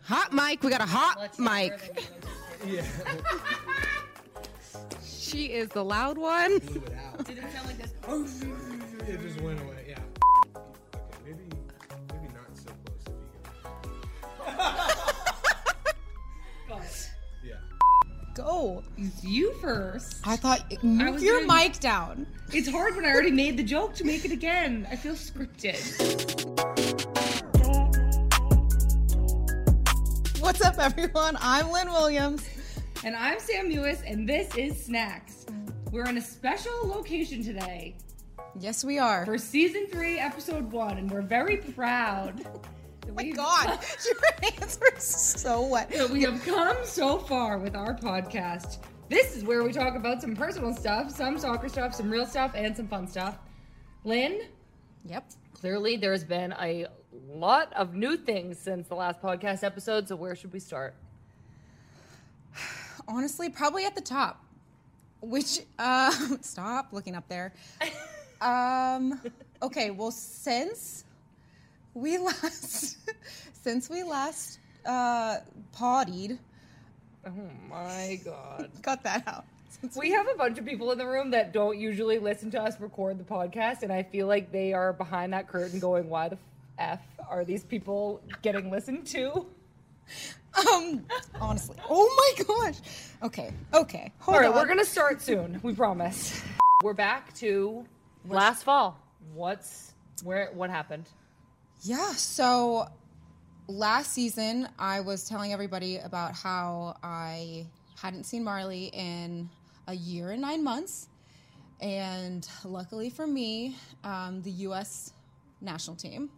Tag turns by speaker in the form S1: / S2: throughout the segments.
S1: Hot mic. We got a hot mic.
S2: Yeah.
S1: She is the loud one.
S2: Blew it out.
S3: Did it sound like this?
S2: It just went away. Yeah. Okay, maybe maybe not so close if you go. Yeah.
S3: Go. It's you first.
S4: I thought move
S3: was
S4: your
S3: doing-
S4: mic down.
S3: It's hard when I already made the joke to make it again. I feel scripted.
S4: What's up, everyone? I'm Lynn Williams.
S3: And I'm Sam Mewis, and this is Snacks. We're in a special location today
S4: Yes, we are.
S3: for season three, episode one, and we're very proud.
S4: oh my God, your hands were so wet.
S3: that we have come so far with our podcast. This is where we talk about some personal stuff, some soccer stuff, some real stuff, and some fun stuff. Lynn,
S4: Yep.
S3: clearly there's been a lot of new things since the last podcast episode, so where should we start?
S4: Honestly, probably at the top. Which uh, stop looking up there. Um, okay. Well, since we last, since we last uh, pottied,
S3: Oh my god.
S4: cut that out. Since
S3: We have a bunch of people in the room that don't usually listen to us record the podcast, and I feel like they are behind that curtain going, Why the F are these people getting listened to?
S4: Um, honestly. Oh my gosh. Okay. Okay. Hold
S3: All right,
S4: on.
S3: we're gonna start soon. We promise. We're back to last fall. What's where? What happened?
S4: Yeah. So last season, I was telling everybody about how I hadn't seen Marley in a year and nine months. And luckily for me, um, the U.S. national team,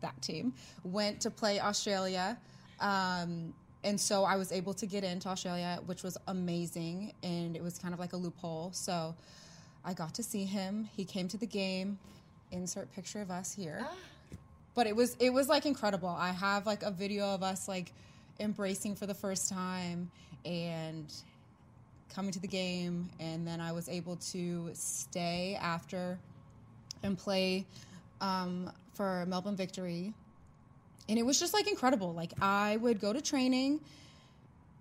S4: that team, went to play Australia. Um, and so I was able to get into Australia, which was amazing. And it was kind of like a loophole. So I got to see him. He came to the game. Insert picture of us here but it was it was like incredible i have like a video of us like embracing for the first time and coming to the game and then i was able to stay after and play um, for melbourne victory and it was just like incredible like i would go to training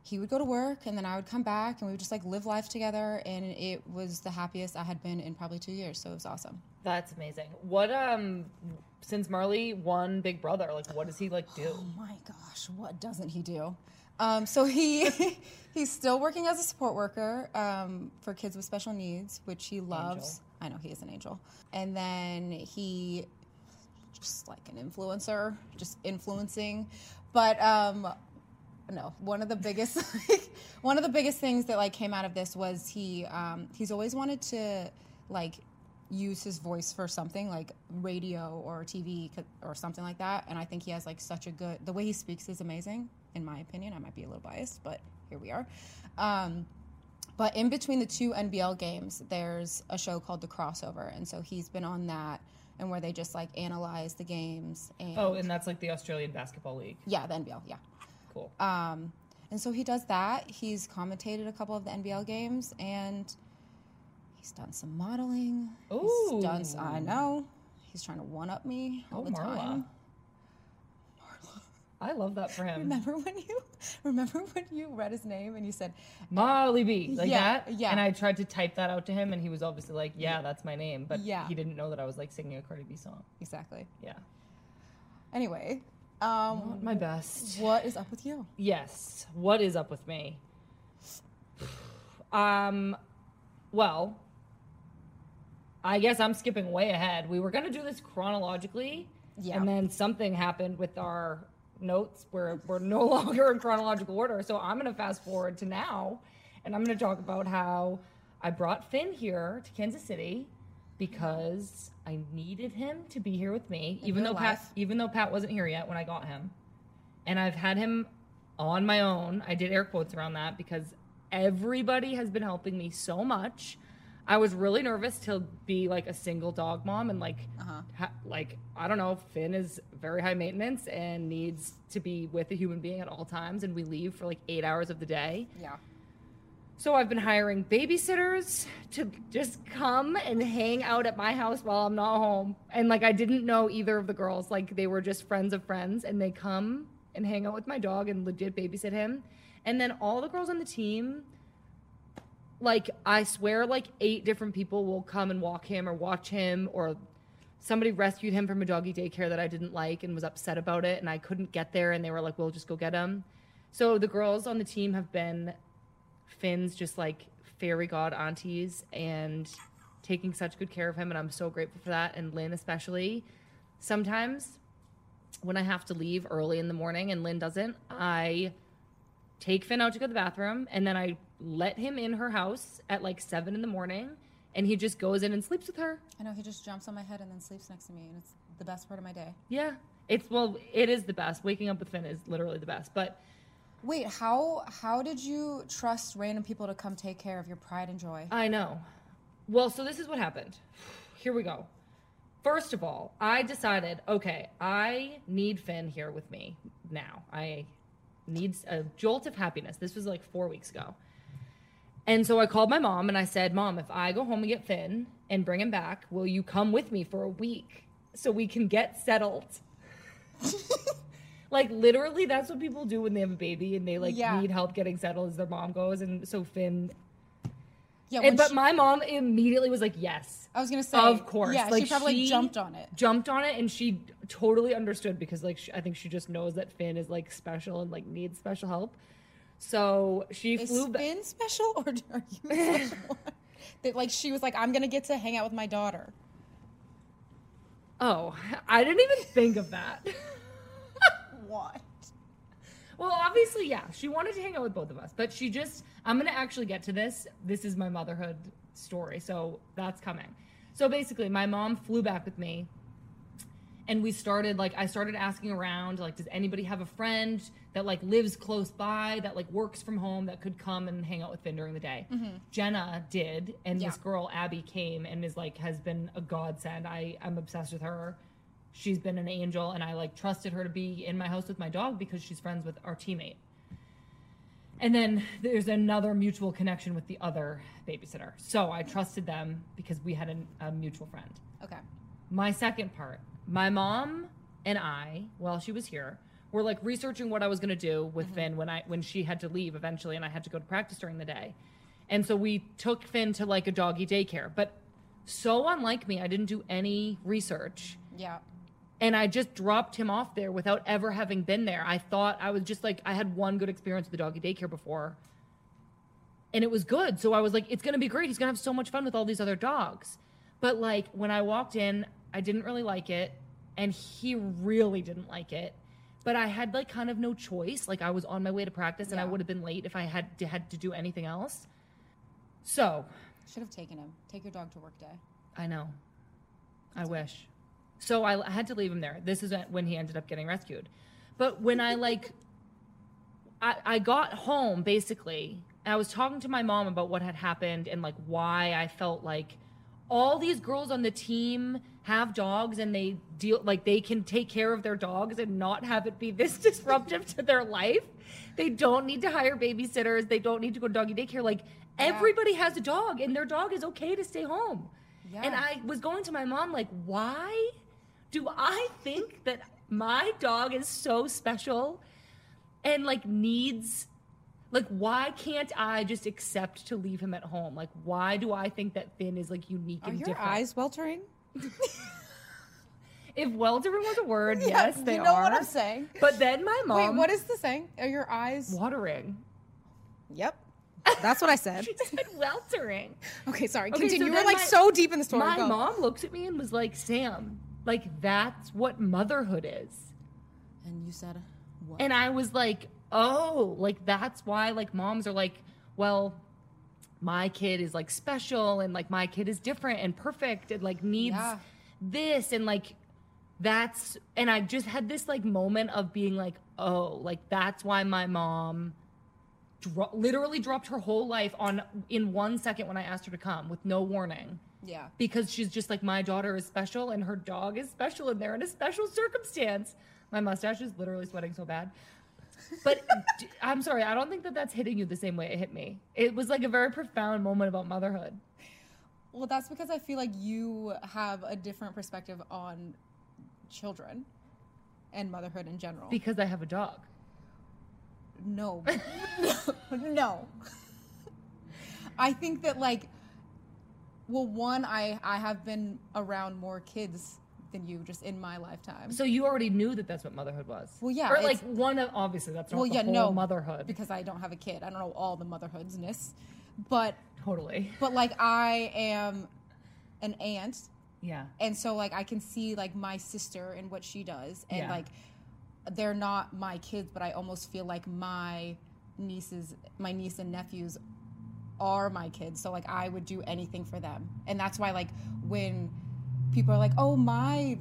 S4: he would go to work and then i would come back and we would just like live life together and it was the happiest i had been in probably two years so it was awesome
S3: That's amazing. What um, since Marley won Big Brother, like what does he like do?
S4: Oh my gosh, what doesn't he do? Um, so he he's still working as a support worker um, for kids with special needs, which he loves. I know he is an angel. And then he just like an influencer, just influencing. But um, no, one of the biggest like, one of the biggest things that like came out of this was he um, he's always wanted to like use his voice for something like radio or TV co- or something like that. And I think he has like such a good the way he speaks is amazing in my opinion. I might be a little biased, but here we are. Um, but in between the two NBL games, there's a show called The Crossover, and so he's been on that, and where they just like analyze the games and
S3: Oh, and that's like the Australian Basketball League.
S4: yeah, the NBL, yeah.
S3: Cool.
S4: Um, and so he does that. He's commentated a couple of the NBL games, and he's done some modeling.
S3: Ooh.
S4: He's done. s- I know. He's trying to one up me all
S3: Oh,
S4: the
S3: Marla.
S4: time.
S3: I love that for him.
S4: Remember when you remember when you read his name and you said,
S3: Marley B, like
S4: Yeah,
S3: that.
S4: yeah.
S3: And I tried to type that out to him, and he was obviously like, "Yeah, that's my name," but
S4: Yeah.
S3: he didn't know that I was like singing a Cardi B song.
S4: exactly.
S3: Yeah,
S4: Anyway, um,
S3: my best.
S4: what is up with you?
S3: Yes. What is up with me? Um, well, I guess I'm skipping way ahead. We were going to do this chronologically.
S4: Yeah.
S3: And then something happened with our notes where we're no longer in chronological order. So I'm going to fast forward to now and I'm going to talk about how I brought Finn here to Kansas City because I needed him to be here with me, even
S4: real
S3: though Pat,
S4: life.
S3: even though Pat wasn't here yet when I got him and I've had him on my own. I did air quotes around that because everybody has been helping me so much. I was really nervous to be like a single dog mom and like ha- like I don't know, Finn is very high maintenance and needs to be with a human being at all times and we leave for like 8 hours of the day.
S4: Yeah.
S3: So I've been hiring babysitters to just come and hang out at my house while I'm not home. And like I didn't know either of the girls. Like they were just friends of friends and they come and hang out with my dog and legit babysit him. And then all the girls on the team, like I swear, like eight different people will come and walk him or watch him or somebody rescued him from a doggy daycare that I didn't like and was upset about it and I couldn't get there and they were like, "We'll just go get him." So the girls on the team have been Finn's just like fairy god aunties and taking such good care of him and I'm so grateful for that and Lynn especially. Sometimes when I have to leave early in the morning and Lynn doesn't, I take Finn out to go to the bathroom and then I let him in her house at like 7 in the morning and he just goes in and sleeps with her.
S4: I know he just jumps on my head and then sleeps next to me, and it's the best part of my day.
S3: Yeah. It's well, it is the best. Waking up with Finn is literally the best. But
S4: Wait, how how did you trust random people to come take care of your pride and joy?
S3: I know. Well, so this is what happened. Here we go. First of all, I decided, okay, I need Finn here with me now. I need a jolt of happiness. This was like four weeks ago. And so I called my mom and I said, Mom, if I go home and get Finn and bring him back, will you come with me for a week so we can get settled? like literally that's what people do when they have a baby and they like
S4: Yeah.
S3: need help getting settled as their mom goes and so Finn
S4: Yeah, when
S3: and, but
S4: she-
S3: my mom immediately was like, yes.
S4: I was gonna say,
S3: Of course.
S4: yeah,
S3: like,
S4: she probably jumped on it.
S3: Jumped on it, and she totally understood because, like, she, I think she just knows that Finn is like special and like needs special help. So she
S4: Is
S3: flew back.
S4: Finn special or are you special? that like she was like, I'm gonna get to hang out with my daughter.
S3: Oh, I didn't even think of that.
S4: What?
S3: well, obviously, yeah, she wanted to hang out with both of us, but she just, I'm going to actually get to this. This is my motherhood story. So that's coming. So basically, my mom flew back with me and we started like i started asking around like does anybody have a friend that like lives close by that like works from home that could come and hang out with finn during the day jenna did and this
S4: Yeah.
S3: girl abby came and is like has been a godsend i i'm obsessed with her she's been an angel and i like trusted her to be in my house with my dog because she's friends with our teammate and then there's another mutual connection with the other babysitter so i trusted them because we had an, a mutual friend
S4: Okay.
S3: my second part my mom and i while she was here were like researching what i was going to do with finn when i when she had to leave eventually and i had to go to practice during the day and so we took finn to like a doggy daycare but so unlike me i didn't do any research
S4: Yeah.
S3: and I just dropped him off there without ever having been there. I thought I was just like I had one good experience with the doggy daycare before, and it was good. So I was like, it's gonna be great. He's gonna have so much fun with all these other dogs. But like when I walked in, I didn't really like it, and he really didn't like it. But I had like kind of no choice. Like I was on my way to practice, and I
S4: Yeah.
S3: would have been late if I had to, had to do anything else. So
S4: Should have taken him. Take your dog to work day.
S3: I know. I wish. So I I had to leave him there. This is when he ended up getting rescued. But when I like, I, I got home basically, and I was talking to my mom about what had happened and like why I felt like all these girls on the team have dogs and they deal like they can take care of their dogs and not have it be this disruptive to their life. They don't need to hire babysitters. They don't need to go to doggy daycare. Like everybody has a dog and their dog is okay to stay home.
S4: Yeah.
S3: And I was going to my mom, like, why do I think that my dog is so special and like needs, like, why can't I just accept to leave him at home? Like, why do I think that Finn is like unique
S4: Are
S3: and
S4: your
S3: different?
S4: eyes weltering?
S3: if well different was a word,
S4: Yeah,
S3: yes, they
S4: you know
S3: are.
S4: what I'm saying.
S3: But then my mom,
S4: Wait, what is the saying? Are your eyes?
S3: watering?
S4: Yep.
S1: That's what I said.
S3: She said weltering.
S4: Okay, sorry.
S3: Okay, so
S4: Continue. We're
S3: then
S4: like
S3: my-
S4: so deep in the story.
S3: my
S4: Go.
S3: mom looks at me and was like, Sam, like, that's what motherhood is.
S4: And you said, what?
S3: And I was like, oh, like that's why like moms are like, well, my kid is like special and like my kid is different and perfect and like needs
S4: Yeah.
S3: this and like that's and I just had this like moment of being like, oh, like that's why my mom dro- literally dropped her whole life on in one second when I asked her to come with no warning
S4: yeah.
S3: because she's just like my daughter is special and her dog is special and they're in a special circumstance. My mustache is literally sweating so bad. But d- I'm sorry, I don't think that that's hitting you the same way it hit me. It was like a very profound moment about motherhood.
S4: Well, that's because I feel like you have a different perspective on children. and motherhood in general.
S3: because I have a dog.
S4: no. no. I think that like well one I I have been around more kids than you just in my lifetime.
S3: So you already knew that that's what motherhood was.
S4: Well, yeah,
S3: Or like
S4: it's-
S3: one of obviously that's not
S4: well,
S3: the
S4: yeah,
S3: whole
S4: no
S3: motherhood.
S4: because I don't have a kid. I don't know all the motherhoodsness. But
S3: totally.
S4: but like I am an aunt
S3: Yeah.
S4: and so like I can see like my sister and what she does and
S3: Yeah.
S4: like they're not my kids but I almost feel like my nieces my niece and nephews are my kids so like I would do anything for them and that's why like when people are like oh my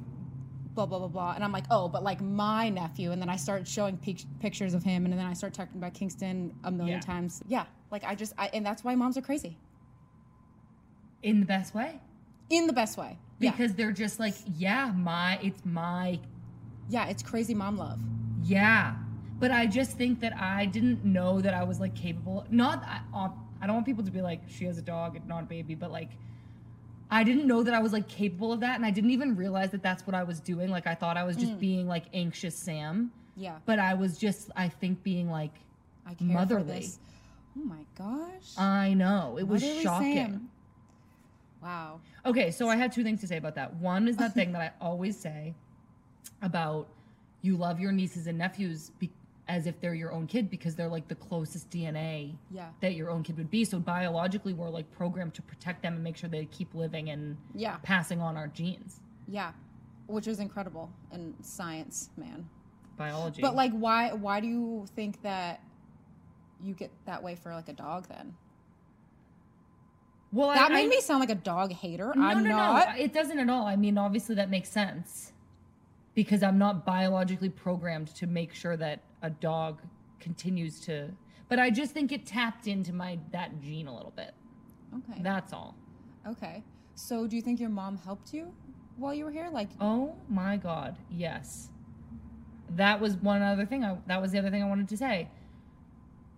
S4: blah blah blah blah and I'm like oh but like my nephew and then I start showing pic- pictures of him and then I start talking about Kingston a million
S3: Yeah.
S4: times yeah like I just I, and that's why moms are crazy
S3: In the best way.
S4: in the best way
S3: Because they're just like, yeah, my it's my
S4: yeah yeah it's crazy mom love
S3: Yeah, but I just think that I didn't know that I was like capable. Not I, uh, I don't want people to be like she has a dog and not a baby, but like I didn't know that I was like capable of that, and I didn't even realize that that's what I was doing. Like I thought I was just being like anxious Sam,
S4: yeah
S3: but I was just I think being like
S4: I care
S3: Motherly.
S4: for this. Oh my gosh.
S3: I know it was
S4: Motherly
S3: shocking.
S4: Sam. Wow.
S3: Okay, so I had two things to say about that. One is that thing that I always say about you love your nieces and nephews be- as if they're your own kid because they're like the closest DNA
S4: Yeah.
S3: that your own kid would be. So biologically, we're like programmed to protect them and make sure they keep living and
S4: Yeah.
S3: passing on our genes.
S4: Yeah. Which is incredible in science, man.
S3: Biology,
S4: But like why why do you think that you get that way for like a dog then?
S3: well,
S4: That
S3: I,
S4: made
S3: I-
S4: me sound like a dog hater.
S3: No,
S4: I'm
S3: no,
S4: not.
S3: no. It doesn't at all. I mean, obviously that makes sense because I'm not biologically programmed to make sure that a dog continues to. But I just think it tapped into my that gene a little bit.
S4: Okay.
S3: That's all.
S4: okay. So do you think your mom helped you while you were here? Like
S3: Oh my god, yes. That was one other thing. I, that was the other thing I wanted to say.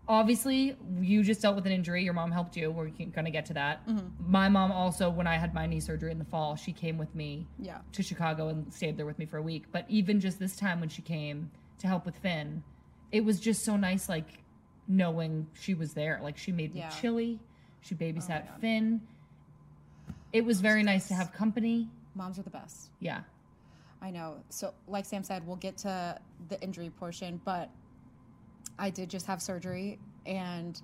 S3: Obviously, you just dealt with an injury. Your mom helped you. We're going to get to that. My mom also, when I had my knee surgery in the fall, she came with me
S4: Yeah.
S3: to Chicago and stayed there with me for a week. But even just this time when she came to help with Finn, it was just so nice, like knowing she was there. Like she made me
S4: Yeah.
S3: chili, she babysat Finn. It was very nice to have company.
S4: Moms are the best.
S3: Yeah.
S4: I know. So, like Sam said, we'll get to the injury portion, but I did just have surgery and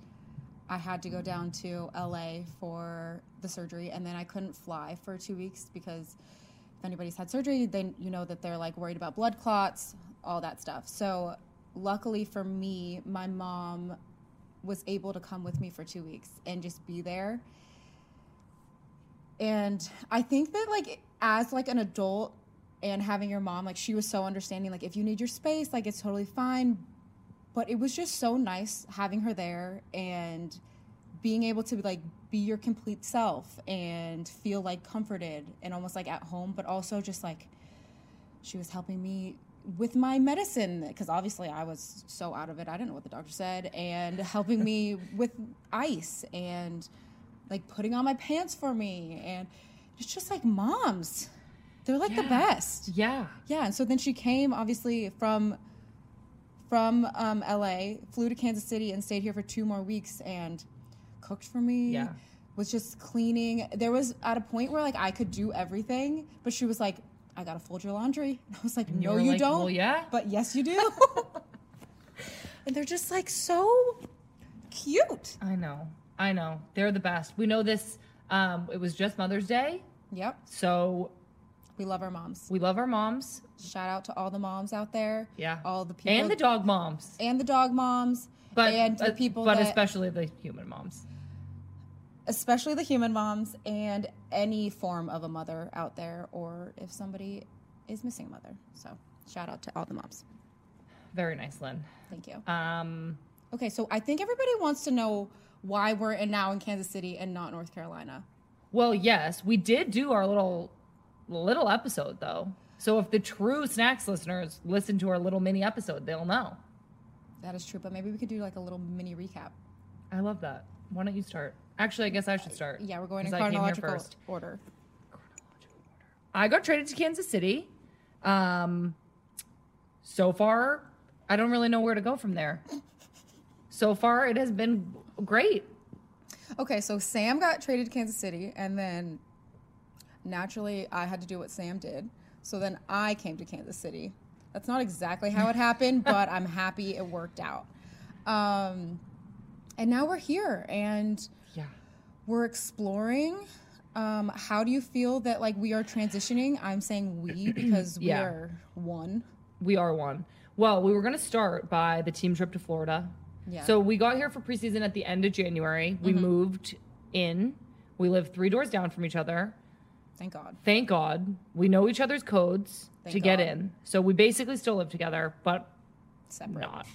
S4: I had to go down to LA for the surgery and then I couldn't fly for 2 weeks because if anybody's had surgery, they you know that they're like worried about blood clots, all that stuff. So, luckily for me, my mom was able to come with me for 2 weeks and just be there and i think that like as like an adult and having your mom like she was so understanding like if you need your space like it's totally fine but it was just so nice having her there and being able to like be your complete self and feel like comforted and almost like at home but also just like she was helping me with my medicine because obviously I was so out of it. I didn't know what the doctor said, and helping me with ice and like putting on my pants for me. And it's just like moms, they're like the best.
S3: Yeah.
S4: Yeah, and so then she came obviously from from um, LA, flew to Kansas City, and stayed here for two more weeks and cooked for me.
S3: Yeah.
S4: was just cleaning. There was at a point where like I could do everything, but she was like, "I gotta fold your laundry." And I was like,
S3: you
S4: "No,
S3: were
S4: you
S3: like,
S4: don't."
S3: "Well, yeah."
S4: but yes, you do. and they're just like so cute.
S3: I know. I know. They're the best. We know this. Um, it was just Mother's Day.
S4: Yep,
S3: So
S4: we love our moms.
S3: we love our moms.
S4: Shout out to all the moms out there.
S3: Yeah.
S4: all the people
S3: And the dog moms.
S4: and the dog moms,
S3: But,
S4: and the
S3: but-
S4: people
S3: but
S4: that
S3: especially the human moms.
S4: especially the human moms and any form of a mother out there or if somebody is missing a mother so shout out to all the moms
S3: Very nice, Lynn.
S4: thank you
S3: Um,
S4: okay so i think everybody wants to know why we're in now in kansas city and not north carolina
S3: Well, yes, we did do our little little episode though. So if the true snacks listeners listen to our little mini episode, they'll know.
S4: that is true but maybe we could do like a little mini recap
S3: I love that. Why don't you start? Actually, I guess I should start.
S4: yeah we're going in
S3: 'cause I came here
S4: chronological
S3: first.
S4: order
S3: I got traded to Kansas City. Um, so far, I don't really know where to go from there. So far, it has been great.
S4: Okay, so Sam got traded to Kansas City, and then naturally I had to do what Sam did. So then I came to Kansas City. That's not exactly how it happened, but I'm happy it worked out. Um, and now we're here, and
S3: Yeah.
S4: we're exploring. Um, how do you feel that like we are transitioning? I'm saying we because we
S3: Yeah.
S4: are one.
S3: We are one. Well, we were going to start by the team trip to Florida.
S4: Yeah. Mm-hmm.
S3: So we got here for preseason at the end of January. We moved in. We live three doors down from each other.
S4: Thank God.
S3: Thank God. We know each other's codes
S4: Thank
S3: to get
S4: God.
S3: in. So we basically still live together, but
S4: Separate.
S3: not.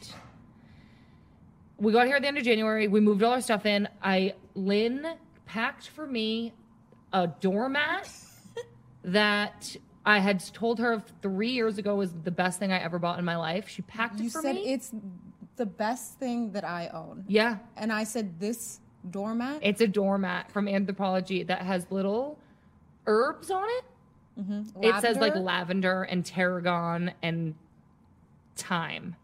S3: We got here at the end of January. We moved all our stuff in. I Lynn packed for me a doormat that I had told her three years ago was the best thing I ever bought in my life. She packed
S4: You
S3: it for
S4: said
S3: me.
S4: it's the best thing that I own.
S3: yeah,
S4: And I said this doormat.
S3: it's a doormat from Anthropology that has little herbs on it. It says like
S4: Mm-hmm. lavender?
S3: lavender and tarragon and thyme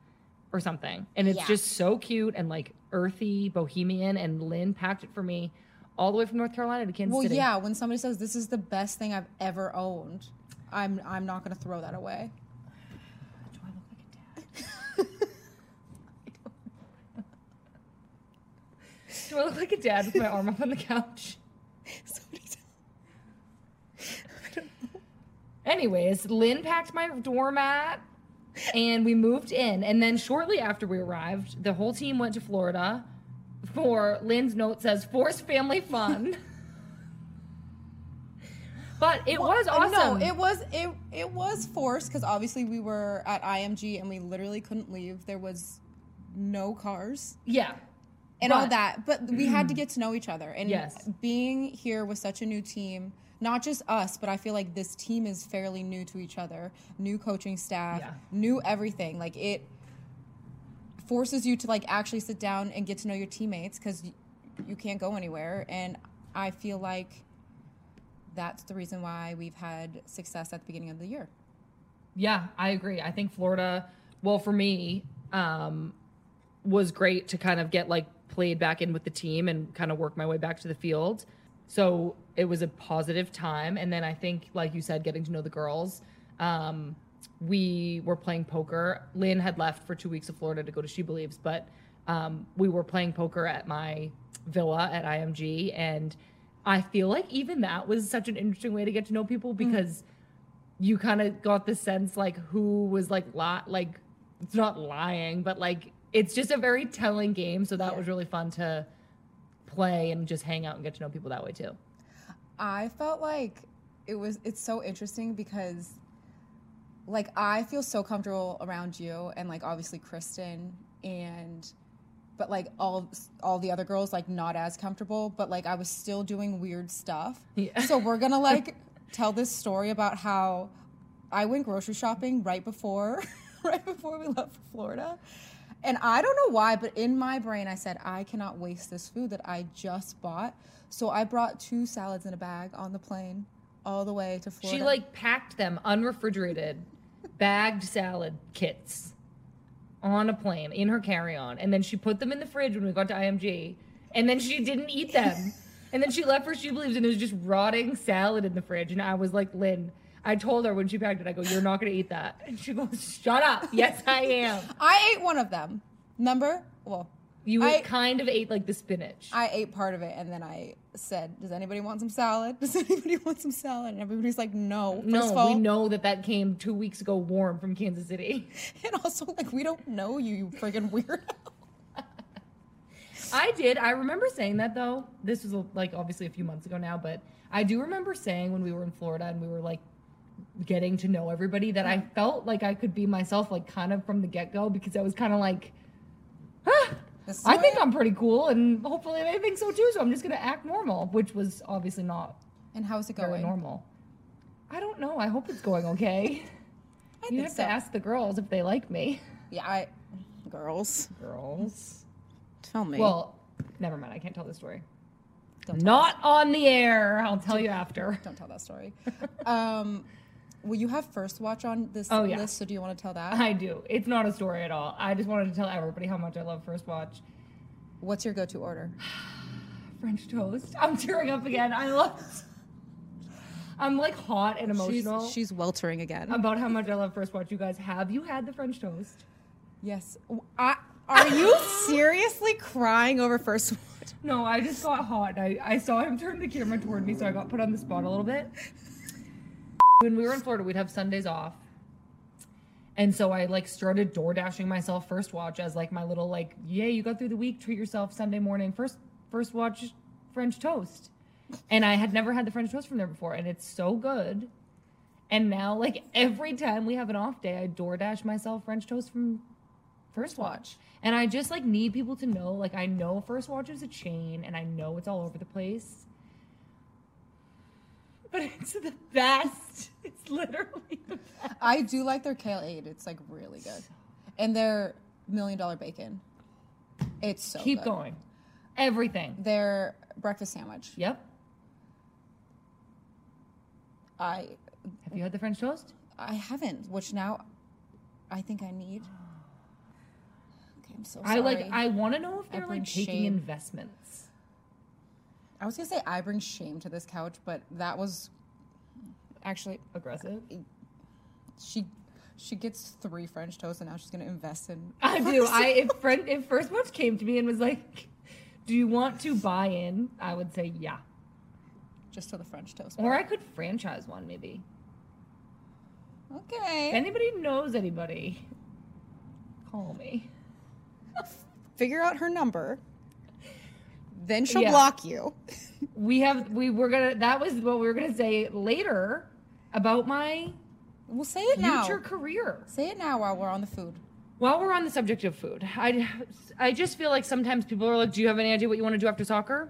S3: or something. And it's
S4: Yeah.
S3: just so cute and like earthy, bohemian. And Lynn packed it for me all the way from North Carolina to Kansas
S4: Well,
S3: City.
S4: yeah, when somebody says this is the best thing I've ever owned, I'm I'm not gonna throw that away.
S3: Do I look like a dad? Do I look like a dad with my arm up on the couch? Anyways, Lynn packed my doormat and we moved in. And then shortly after we arrived, the whole team went to Florida for Lynn's note says forced family fun. but it was
S4: Uh,
S3: awesome.
S4: No, it was it it was forced because obviously we were at IMG and we literally couldn't leave. There was no cars
S3: yeah.
S4: and all
S3: But- Mm-hmm.
S4: that, but we had to get to know each other. And
S3: Yes.
S4: being here with such a new team, not just us, but I feel like this team is fairly new to each other, new coaching staff,
S3: Yeah.
S4: new everything. Like it forces you to like actually sit down and get to know your teammates because you, you can't go anywhere. And I feel like that's the reason why we've had success at the beginning of the year.
S3: Yeah, I agree. I think Florida, well, for me, um, was great to kind of get like played back in with the team and kind of work my way back to the field. So it was a positive time. And then I think, like you said, getting to know the girls. Um, we were playing poker. Lynn had left for two weeks of Florida to go to She Believes, but um, we were playing poker at my villa at IMG. And I feel like even that was such an interesting way to get to know people because you kind of got the sense like who was like lot like it's not lying but like it's just a very telling game so that was really fun to play and just hang out and get to know people that way too
S4: I felt like it was it's so interesting because like I feel so comfortable around you and like obviously Kristen and but like all all the other girls like not as comfortable but like I was still doing weird stuff.
S3: Yeah.
S4: So we're going to like tell this story about how I went grocery shopping right before right before we left for Florida. And I don't know why, but in my brain I said I cannot waste this food that I just bought. So I brought two salads in a bag on the plane all the way to Florida.
S3: she like packed them unrefrigerated bagged salad kits on a plane in her carry-on and then she put them in the fridge when we got to img and then she didn't eat them and then she left for she believes and it was just rotting salad in the fridge and i was like lynn i told her when she packed it i go you're not going to eat that and she goes shut up yes i am
S4: I ate one of them. Remember? Well,
S3: you
S4: I-
S3: kind of ate like the spinach
S4: I ate part of it and then I said, Does anybody want some salad? Does anybody want some salad? And everybody's like, No. First of
S3: no
S4: all,
S3: we know that that came two weeks ago warm from kansas city
S4: And also, like, we don't know you, you friggin' weirdo.
S3: I did. I remember saying that though. This was like obviously a few months ago now, but I do remember saying when we were in Florida and we were like getting to know everybody that I felt like I could be myself, like kind of from the get go, because I was kind of like, "Huh,
S4: This is
S3: I
S4: who
S3: think
S4: am.
S3: I'm pretty cool, and hopefully they think so too. So I'm just gonna act normal, which was obviously not
S4: And how's it
S3: very
S4: going?
S3: normal. I don't know. I hope it's going okay.
S4: I
S3: you
S4: think
S3: have
S4: so.
S3: to ask the girls if they like me.
S4: Yeah, I. Girls.
S3: Girls.
S4: Tell me.
S3: Well, never mind. I can't tell the story.
S4: Don't
S3: Not on the air. I'll tell you after.
S4: don't tell that story. um, Well, you have first watch on this
S3: Oh, yeah.
S4: list, so do you want to tell that?
S3: I do. It's not a story at all. I just wanted to tell everybody how much I love First Watch.
S4: What's your go-to order?
S3: French toast. I'm tearing up again. I love. I'm like hot and emotional
S4: She's, she's weltering again.
S3: about how much I love First Watch. You guys, have you had the French toast?
S4: yes. I, are you seriously crying over first watch?
S3: No, I just got hot. I, I saw him turn the camera toward me, so I got put on the spot a little bit. When we were in Florida, we'd have Sundays off. And so I like started door dashing myself first watch as like my little like, yay, you got through the week, treat yourself Sunday morning, first first watch French toast. And I had never had the French toast from there before, and it's so good. And now like every time we have an off day, I door dash myself French toast from First Watch. And I just like need people to know, like I know First Watch is a chain and I know it's all over the place. But it's the best. It's literally the best.
S4: I do like their kale aid. It's like really good, and their million dollar bacon. It's so
S3: Keep
S4: good.
S3: going. Everything.
S4: Their breakfast sandwich.
S3: Yep.
S4: I
S3: Have you had the French toast?
S4: I haven't, which now I think I need. Okay, I'm so sorry.
S3: I like I wanna know if
S4: I
S3: they're
S4: bring
S3: like taking
S4: shame.
S3: investments.
S4: I was gonna say I bring shame to this couch, but that was actually
S3: Aggressive.
S4: she she gets three French toast and now she's gonna invest in
S3: I do. I if friend if First Watch came to me and was like, Do you want to buy in? I would say yeah.
S4: just to the French toast.
S3: Or I could franchise one maybe.
S4: Okay.
S3: If anybody knows anybody, call me.
S4: Figure out her number. Then she'll
S3: Yeah.
S4: block you.
S3: We have we were gonna that was what we were gonna say later about my
S4: We'll say it now.
S3: future career.
S4: Say it now while we're on the food.
S3: While we're on the subject of food, I I just feel like sometimes people are like, "Do you have any idea what you want to do after soccer?"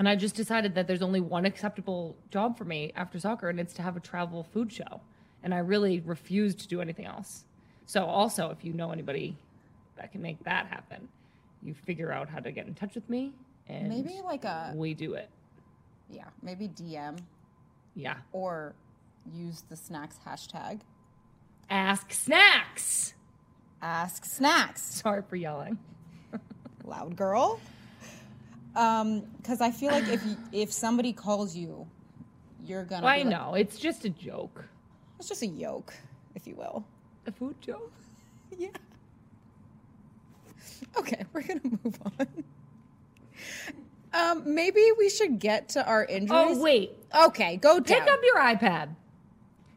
S3: And I just decided that there's only one acceptable job for me after soccer, and it's to have a travel food show. And I really refuse to do anything else. So also, if you know anybody that can make that happen, you figure out how to get in touch with me, and
S4: Maybe like a
S3: we do it.
S4: yeah, maybe DM
S3: Yeah.
S4: or use the snacks hashtag.
S3: Ask snacks.
S4: Ask snacks.
S3: Sorry for yelling.
S4: loud girl. Um, because I feel like if you, if somebody calls you, you're gonna.
S3: I
S4: be like-
S3: know it's just a joke,
S4: It's just a yoke, if you will.
S3: a food joke.
S4: Yeah. Okay, we're gonna move on. Um, maybe we should get to our injuries.
S3: Oh wait,
S4: Okay, go
S3: Pick
S4: down.
S3: up your iPad.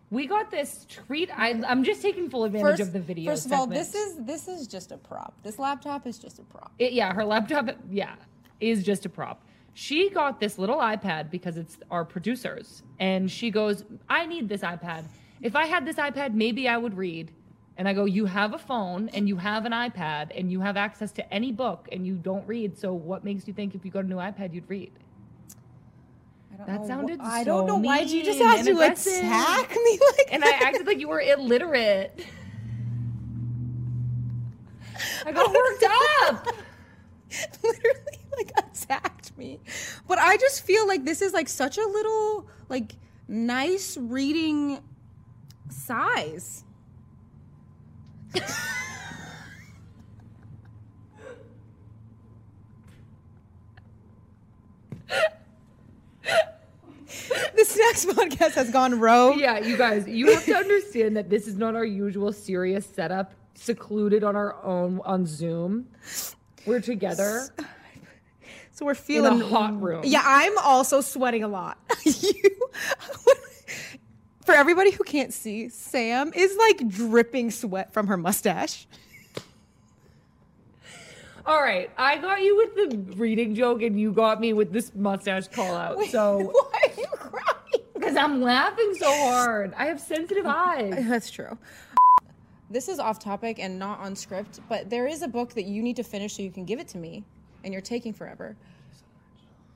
S3: We got this treat. I, I'm just taking full advantage of the video.
S4: First of all,
S3: segment.
S4: this is this is just a prop. This laptop is just a prop.
S3: It- yeah, her laptop. Yeah, is just a prop. She got this little iPad because it's our producers, and she goes, "I need this iPad. If I had this iPad, maybe I would read." And I go, "You have a phone, and you have an iPad, and you have access to any book, and you don't read. So what makes you think if you got a new iPad, you'd read?"
S4: I don't
S3: That
S4: know wh-
S3: sounded
S4: I don't
S3: so
S4: know why you just
S3: mean
S4: had
S3: and
S4: to
S3: aggressive.
S4: attack me like
S3: And I
S4: that.
S3: acted like you were illiterate. I got worked up.
S4: literally like attacked me. But I just feel like this is like such a little like nice reading size. the snacks podcast has gone rogue.
S3: Yeah, you guys, you have to understand that this is not our usual serious setup, secluded on our own on Zoom. We're together
S4: So we're
S3: in a
S4: feeling
S3: hot room.
S4: Yeah, I'm also sweating a lot. you, for everybody who can't see, Sam is like dripping sweat from her mustache.
S3: All right, I got you with the reading joke, and you got me with this mustache call out. So,
S4: why are you crying?
S3: because I'm laughing so hard, I have sensitive eyes.
S4: That's true. This is off topic and not on script, but there is a book that you need to finish so you can give it to me, and you're taking forever.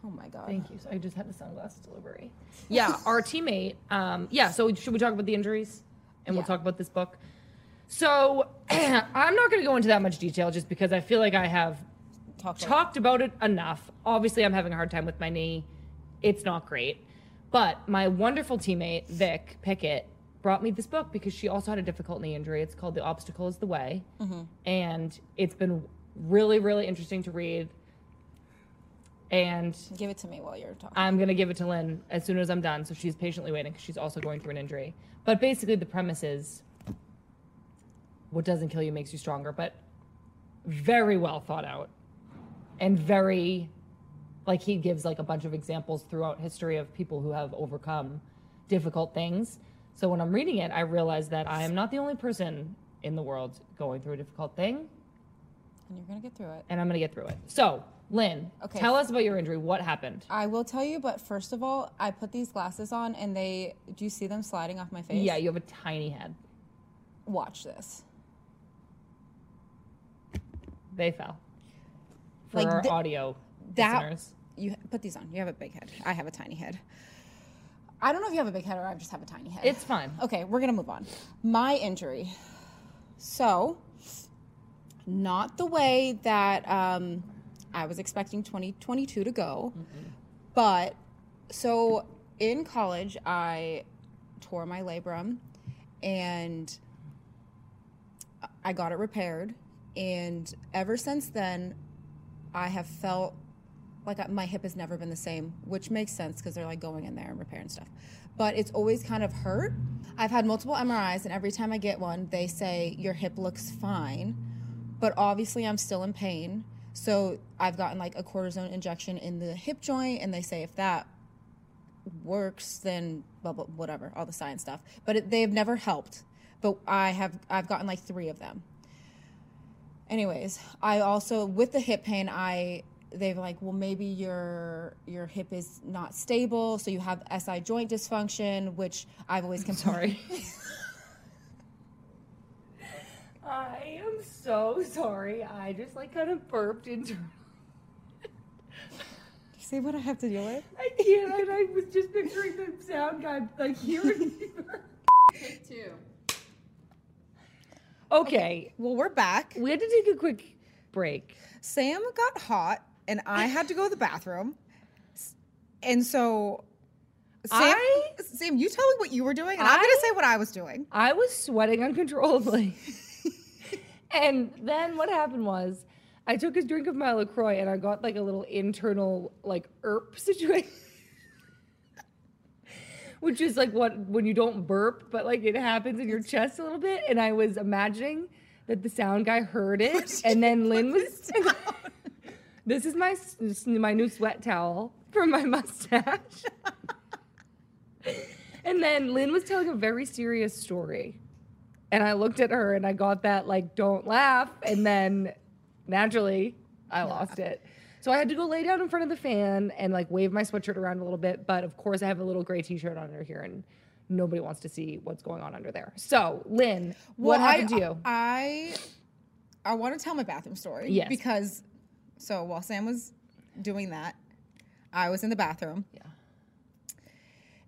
S4: Oh my god.
S3: Thank you. So I just had a sunglass delivery.
S4: yeah.
S3: our teammate. Um, yeah. So should we talk about the injuries? And
S4: Yeah.
S3: we'll talk about this book. So I'm not going to go into that much detail just because I feel like I have
S4: Talk to her.
S3: talked about it enough. Obviously, I'm having a hard time with my knee. It's not great. But my wonderful teammate, Vic Pickett, brought me this book because she also had a difficult knee injury. It's called The Obstacle is the Way. And it's been really, really interesting to read. And
S4: Give it to me while you're talking.
S3: I'm going to give it to Lynn as soon as I'm done. So she's patiently waiting because she's also going through an injury. But basically, the premise is what doesn't kill you makes you stronger, but very well thought out and very like he gives like a bunch of examples throughout history of people who have overcome difficult things. So when I'm reading it, I realize that I am not the only person in the world going through a difficult thing
S4: and you're gonna get through it.
S3: and I'm going to get through it. So, Lynn,
S4: Okay.
S3: tell us about your injury. What happened?
S4: I will tell you, but first of all, I put these glasses on and they do you see them sliding off my face?
S3: Yeah, you have a tiny head.
S4: Watch this.
S3: They fell. For
S4: Like
S3: our
S4: the-
S3: audio
S4: that-
S3: listeners.
S4: You put these on. You have a big head. I have a tiny head. I don't know if you have a big head or I just have a tiny head.
S3: It's fine.
S4: Okay, we're gonna move on. My injury. So, not the way that um, I was expecting 2022 to go, but so in college, I tore my labrum and I got it repaired. And ever since then, I have felt like I- my hip has never been the same, which makes sense because they're like going in there and repairing stuff. But it's always kind of hurt. I've had multiple MRIs, and every time I get one, they say your hip looks fine. But obviously, I'm still in pain. So I've gotten like a cortisone injection in the hip joint, and they say if that works then blah, blah, whatever all the science stuff but it, they have never helped but i have i've gotten like three of them anyways i also with the hip pain i they've like well maybe your your hip is not stable so you have si joint dysfunction which i've always compared
S3: Sorry. I am so sorry. I just like kind of burped into.
S4: see what i have to deal with
S3: I can't. I, I was just picturing the sound guy like hearing me.
S1: Two.
S3: Okay,
S4: well we're back
S3: we had to take a quick break.
S4: sam got hot and i had to go to the bathroom S- and so Sam,
S3: I-
S4: Sam, you tell me what you were doing, and I, am going to say what I was doing.
S3: I was sweating uncontrollably. and then what happened was I took a drink of my LaCroix and I got like a little internal like ERP situation. Which is like what when you don't burp, but like it happens in your chest a little bit. And I was imagining that the sound guy heard it, and then Lynn was. This is my s- s- my new sweat towel for my mustache. and then Lynn was telling a very serious story, and I looked at her and I got that like don't laugh, and then naturally I lost it. So I had to go lay down in front of the fan and like wave my sweatshirt around a little bit, but of course I have a little gray t-shirt on under here and nobody wants to see what's going on under there. So, Lynn, what
S4: Well, I-
S3: happened to you?
S4: I I want to tell my bathroom story.
S3: Yes.
S4: Because so while Sam was doing that, I was in the bathroom.
S3: Yeah.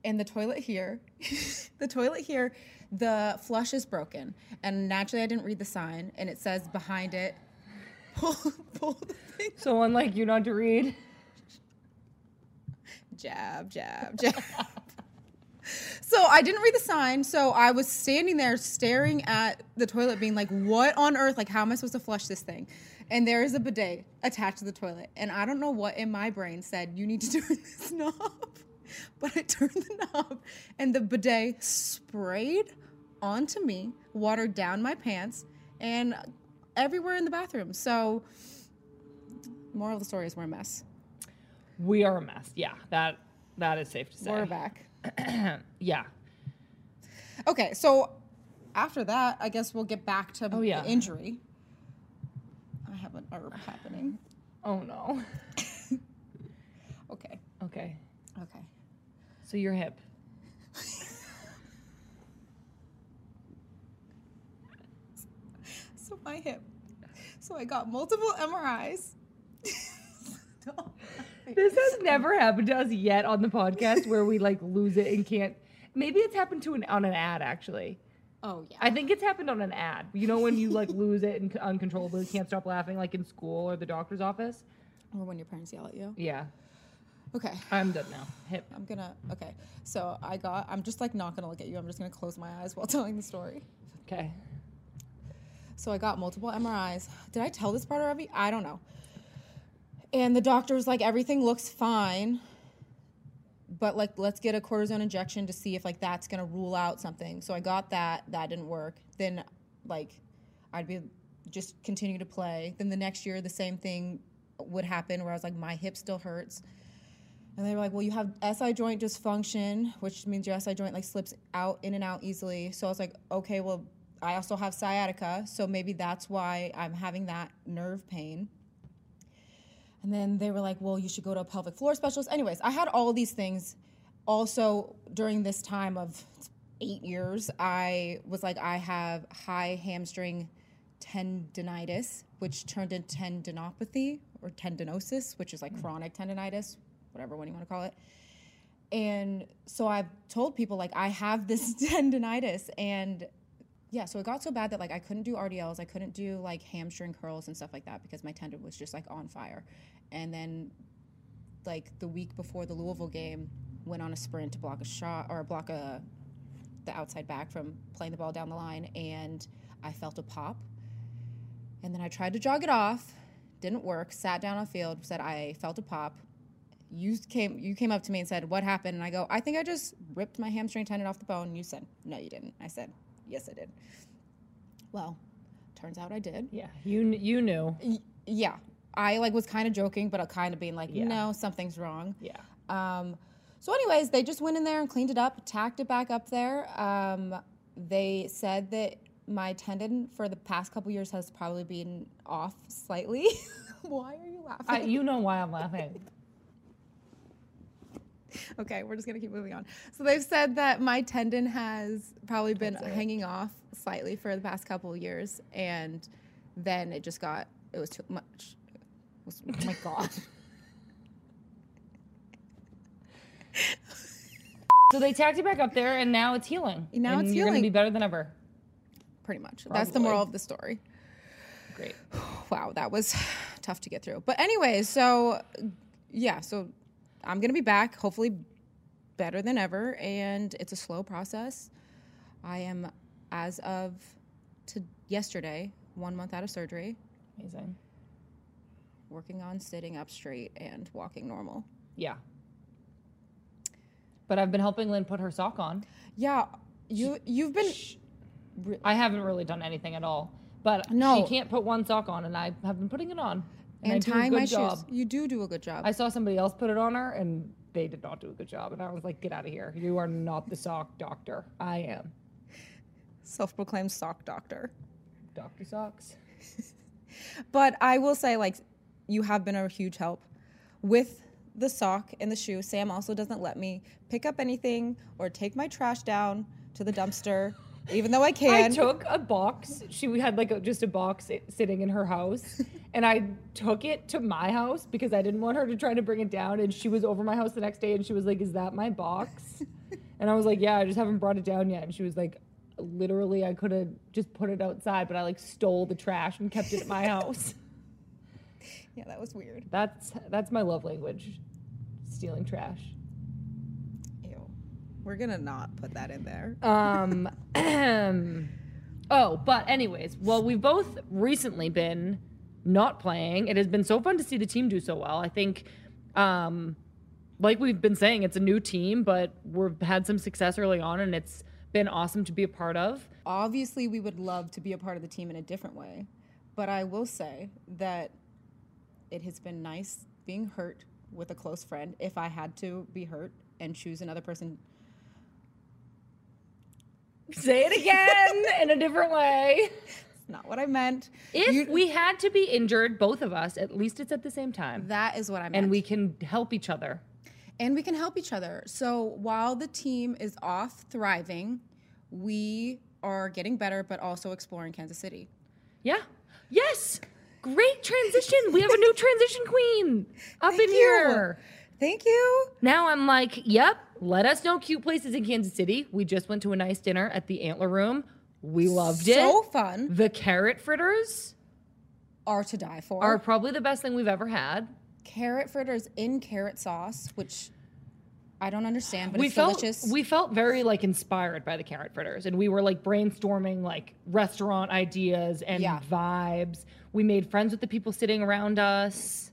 S4: And the toilet here, the toilet here, the flush is broken. And naturally I didn't read the sign and it says behind it, pull pull the thing.
S3: so unlike you not to read.
S4: Jab, jab, jab. So I didn't read the sign, so I was standing there staring at the toilet, being like, "What on earth? Like, how am I supposed to flush this thing?" And there is a bidet attached to the toilet, and I don't know what in my brain said, "You need to turn this knob," but I turned the knob, and the bidet sprayed onto me, watered down my pants, and everywhere in the bathroom. So, moral of the story is we're a mess.
S3: We are a mess. Yeah, that that is safe to say.
S4: We're back.
S3: yeah.
S4: Okay, so after that, I guess we'll get back to
S3: Oh, yeah.
S4: the injury. I have an herb happening.
S3: Oh no.
S4: Okay,
S3: Okay.
S4: okay.
S3: So your hip.
S4: So my hip. So I got multiple MRIs. Stop.
S3: This has never happened to us yet on the podcast where we like lose it and can't. Maybe it's happened to an on an ad actually.
S4: oh yeah.
S3: I think it's happened on an ad. You know when you like lose it and c- uncontrollably can't stop laughing, like in school or the doctor's office.
S4: Or when your parents yell at you.
S3: Yeah.
S4: Okay.
S3: I'm done now. Hip.
S4: I'm gonna. Okay. So I got. I'm just like not gonna look at you. I'm just gonna close my eyes while telling the story.
S3: Okay.
S4: So I got multiple MRIs. Did I tell this part already? I don't know. And the doctor was like, everything looks fine, but like, let's get a cortisone injection to see if like that's gonna rule out something. So I got that. That didn't work. Then, like, I'd be just continue to play. Then the next year, the same thing would happen where I was like, my hip still hurts. And they were like, well, you have SI joint dysfunction, which means your SI joint like slips out in and out easily. So I was like, okay, well, I also have sciatica, so maybe that's why I'm having that nerve pain. And then they were like, well, you should go to a pelvic floor specialist. Anyways, I had all these things. Also, during this time of eight years, I was like, I have high hamstring tendinitis, which turned into tendinopathy or tendinosis, which is like chronic tendinitis, whatever one you want to call it. And so I've told people, like, I have this tendinitis. And yeah, so it got so bad that like I couldn't do RDLs, I couldn't do like hamstring curls and stuff like that because my tendon was just like on fire. And then like the week before the Louisville game, went on a sprint to block a shot or block a the outside back from playing the ball down the line and I felt a pop. And then I tried to jog it off, didn't work, sat down on field, said I felt a pop. You came you came up to me and said, What happened? And I go, I think I just ripped my hamstring tendon off the bone. You said, No, you didn't. I said, Yes, I did. Well, turns out I did.
S3: Yeah. You kn- you knew.
S4: Y- yeah. I like was kind of joking, but kind of being like,
S3: Yeah.
S4: no, something's wrong.
S3: Yeah.
S4: Um, so, anyways, they just went in there and cleaned it up, tacked it back up there. Um, they said that my tendon for the past couple years has probably been off slightly. Why are you laughing?
S3: I, e you know why I'm laughing.
S4: okay, we're just gonna keep moving on. So they've said that my tendon has probably been hanging off slightly for the past couple of years, and then it just got it was too much. It was, oh my god!
S3: So they tagged you back up there, and now it's healing.
S4: And now
S3: And
S4: it's
S3: you're Gonna be
S4: healing.
S3: better than ever.
S4: Pretty much. That's the
S3: Probably.
S4: moral of the story.
S3: Great.
S4: Wow, that was tough to get through. But anyway, so yeah, so I'm gonna be back, hopefully better than ever, and it's a slow process. I am, as of to yesterday, one month out of surgery.
S3: Amazing.
S4: working on sitting up straight and walking normal.
S3: Yeah. But I've been helping Lynn put her sock on.
S4: Yeah, you you've been
S3: I haven't really done anything at all. But
S4: No.
S3: she can't put one sock on, and I have been putting it on.
S4: and,
S3: I do a
S4: tying
S3: good
S4: my
S3: job.
S4: shoes. You do do a good job.
S3: I saw somebody else put it on her, and they did not do a good job. And I was like, "Get out of here! You are not the sock doctor. I am
S4: Self-proclaimed sock doctor.
S3: Doctor Socks."
S4: But I will say, like, you have been a huge help with the sock and the shoe. Sam also doesn't let me pick up anything or take my trash down to the dumpster, even though I
S3: I
S4: can.
S3: took a box. She had like a, just a box i- sitting in her house, and I took it to my house because I didn't want her to try to bring it down. And she was over my house the next day, and she was like, "Is that my box?" and I was like, "Yeah, I just haven't brought it down yet." And she was like, "Literally, I could have just put it outside, but I like stole the trash and kept it at my house."
S4: yeah, that was weird.
S3: That's that's my love language, stealing trash.
S4: Ew. We're gonna not put that in there.
S3: Um. oh, but anyways, well, we've both recently been not playing. It has been so fun to see the team do so well. I think, um, like we've been saying, it's a new team, but we've had some success early on, and it's been awesome to be a part of.
S4: obviously we would love to be a part of the team in a different way but i will say that it has been nice being hurt with a close friend if i had to be hurt and choose another person
S3: Say it again in a different way.
S4: it's not what i meant
S3: If we had to be injured, both of us, at least it's at the same time,
S4: that is what i meant
S3: and we can help each other.
S4: and we can help each other so while the team is off thriving we are getting better but also exploring kansas city
S3: Yeah. Yes. Great transition. We have a new transition queen up in
S4: Thank you.
S3: here.
S4: thank you
S3: Now I'm like, yep, let us know cute places in Kansas City. We just went to a nice dinner at the Antler Room. We loved
S4: so
S3: it.
S4: fun
S3: The carrot fritters
S4: are to die for Oh.
S3: are probably the best thing we've ever had.
S4: carrot fritters in carrot sauce, which I don't understand, but
S3: we
S4: it's
S3: felt
S4: delicious.
S3: we felt very like inspired by the carrot fritters, and we were like brainstorming like restaurant ideas and
S4: Yeah.
S3: vibes. We made friends with the people sitting around us.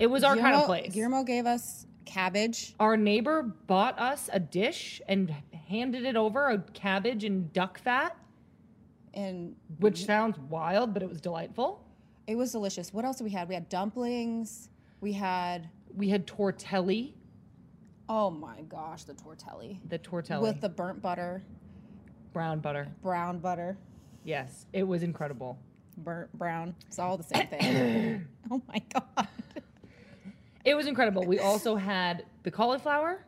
S3: It was our kind of
S4: Guillermo-
S3: place.
S4: Guillermo gave us cabbage.
S3: Our neighbor bought us a dish and handed it over a cabbage and duck fat,
S4: and
S3: which sounds wild, but it was delightful.
S4: it was delicious. What else did we had? We had dumplings. We had
S3: We had tortelli,
S4: oh my gosh, the tortelli
S3: the tortelli
S4: with the burnt butter,
S3: brown butter.
S4: brown butter,
S3: Yes, it was incredible.
S4: burnt brown. It's all the same thing. oh my god.
S3: It was incredible. We also had the cauliflower.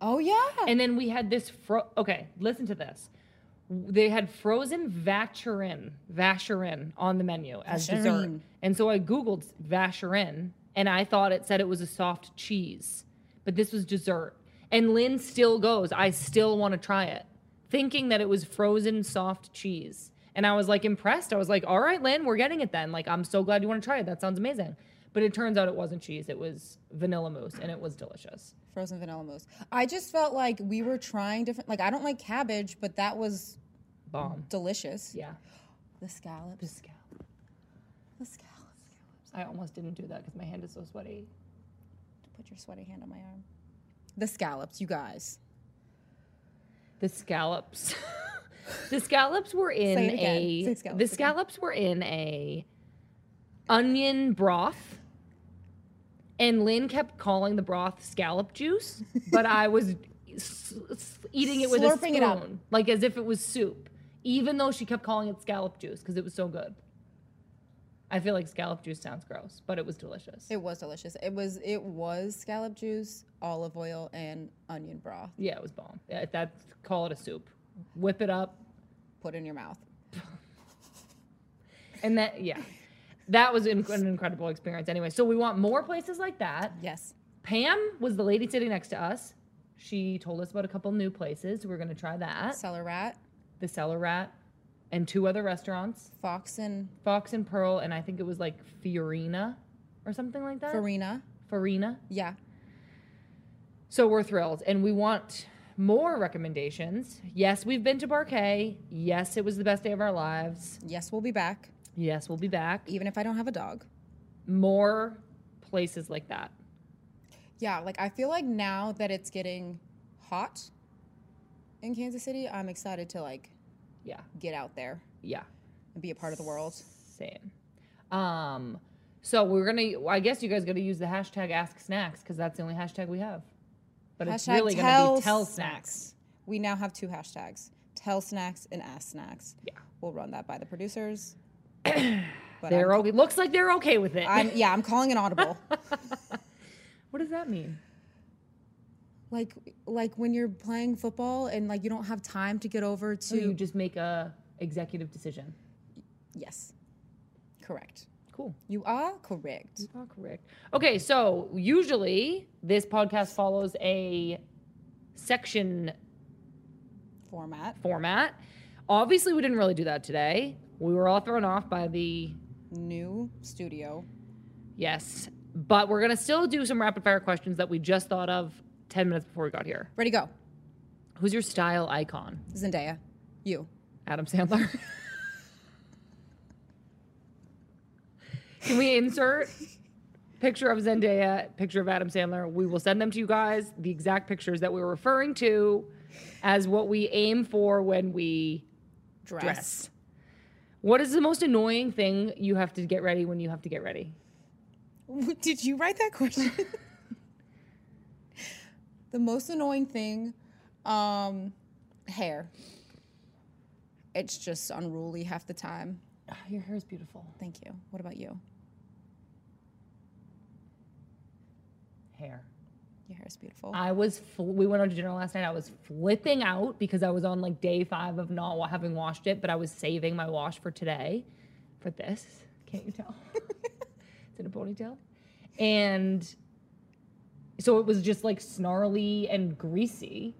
S4: Oh yeah.
S3: And then we had this. Fro- okay, listen to this. They had frozen vacherin, vacherin on the menu as dessert.
S4: Vacherin.
S3: And so I Googled vacherin and I thought it said it was a soft cheese, but this was dessert. And Lynn still goes, I still want to try it, thinking that it was frozen soft cheese. And I was like impressed. I was like, all right, Lynn, we're getting it then. Like, I'm so glad you want to try it. That sounds amazing. But it turns out it wasn't cheese, it was vanilla mousse and it was delicious.
S4: Frozen vanilla mousse. I just felt like we were trying different like I don't like cabbage, but that was
S3: Bomb.
S4: delicious.
S3: Yeah.
S4: The scallops.
S3: Biscow.
S4: The scallops.
S3: I almost didn't do that because my hand is so sweaty.
S4: Put your sweaty hand on my arm. The scallops, you guys.
S3: The scallops. the scallops were in
S4: Say it again.
S3: a
S4: Say
S3: the
S4: scallops again.
S3: scallops were in a onion broth. And Lynn kept calling the broth scallop juice, but I was s- s- eating it with a
S4: Slurping
S3: spoon,
S4: it up.
S3: like as if it was soup, even though she kept calling it scallop juice because it was so good. I feel like scallop juice sounds gross, but it was delicious.
S4: It was delicious. It was it was scallop juice, olive oil, and onion broth.
S3: yeah, it was bomb. Yeah, that call it a soup. Whip it up,
S4: Put in your mouth.
S3: And that, yeah, that was an, an incredible experience. Anyway, so we want more places like that.
S4: Yes.
S3: Pam was the lady sitting next to us. She told us about a couple new places. We're gonna try that.
S4: Cellar rat,
S3: The Cellar Rat, and two other restaurants,
S4: fox and
S3: Fox and Pearl, and I think it was like Fiorina or something like that.
S4: farina.
S3: Farina.
S4: Yeah.
S3: So we're thrilled, and we want more recommendations. Yes, we've been to Barquet. Yes, it was the best day of our lives.
S4: Yes, we'll be back,
S3: Yes, we'll be back.
S4: even if I don't have a dog.
S3: More places like that.
S4: Yeah, like I feel like now that it's getting hot in Kansas City, I'm excited to like
S3: Yeah,
S4: get out there
S3: yeah.
S4: and be a part of the world.
S3: Same. Um, so we're gonna. I guess you guys gotta use the hashtag Ask Snacks because that's the only hashtag we have. But it's
S4: Hashtag
S3: really gonna be Tell Snacks.
S4: We now have two hashtags: tell snacks and ask snacks.
S3: Yeah.
S4: We'll run that by the producers. but
S3: They're
S4: I'm,
S3: okay. Looks like they're okay with it.
S4: I'm yeah, I'm calling an audible.
S3: what does that mean?
S4: like like when you're playing football and like you don't have time to get over
S3: So Oh, you
S4: to
S3: just make a executive decision.
S4: yes correct
S3: Cool.
S4: you are correct
S3: You are correct. Okay, so usually this podcast follows a section
S4: format
S3: format. Obviously, we didn't really do that today. We were all thrown off by the
S4: new studio
S3: Yes. But we're going to still do some rapid fire questions that we just thought of 10 minutes before we got here.
S4: ready go
S3: Who's your style icon?
S4: zendaya you
S3: Adam Sandler. Can we insert picture of Zendaya, picture of Adam Sandler? We will send them to you guys, the exact pictures that we were referring to as what we aim for when we
S4: dress,
S3: dress. What is the most annoying thing you have to get ready when you have to get ready?
S4: did you write that question the most annoying thing um hair it's just unruly half the time
S3: Your hair is beautiful.
S4: thank you what about you
S3: Hair.
S4: your hair is beautiful
S3: I was fl- we went out to dinner last night. I was flipping out because I was on like day five of not wa- having washed it, but I was saving my wash for today, for this. Can't you tell? it's in a ponytail, and so it was just like snarly and greasy,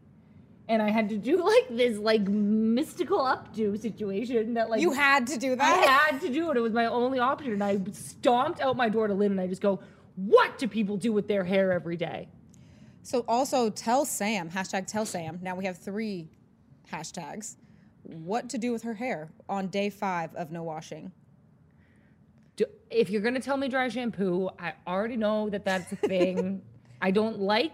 S3: and I had to do like this like mystical updo situation that like
S4: you had to do
S3: I
S4: that
S3: had to do it. It was my only option. And I stomped out my door to Lynn and I just go, what do people do with their hair every day?
S4: So also tell Sam, hashtag tell Sam. Now we have three hashtags. What to do with her hair on day five of no washing.
S3: Do, if you're gonna tell me dry shampoo, I already know that that's a thing. I don't like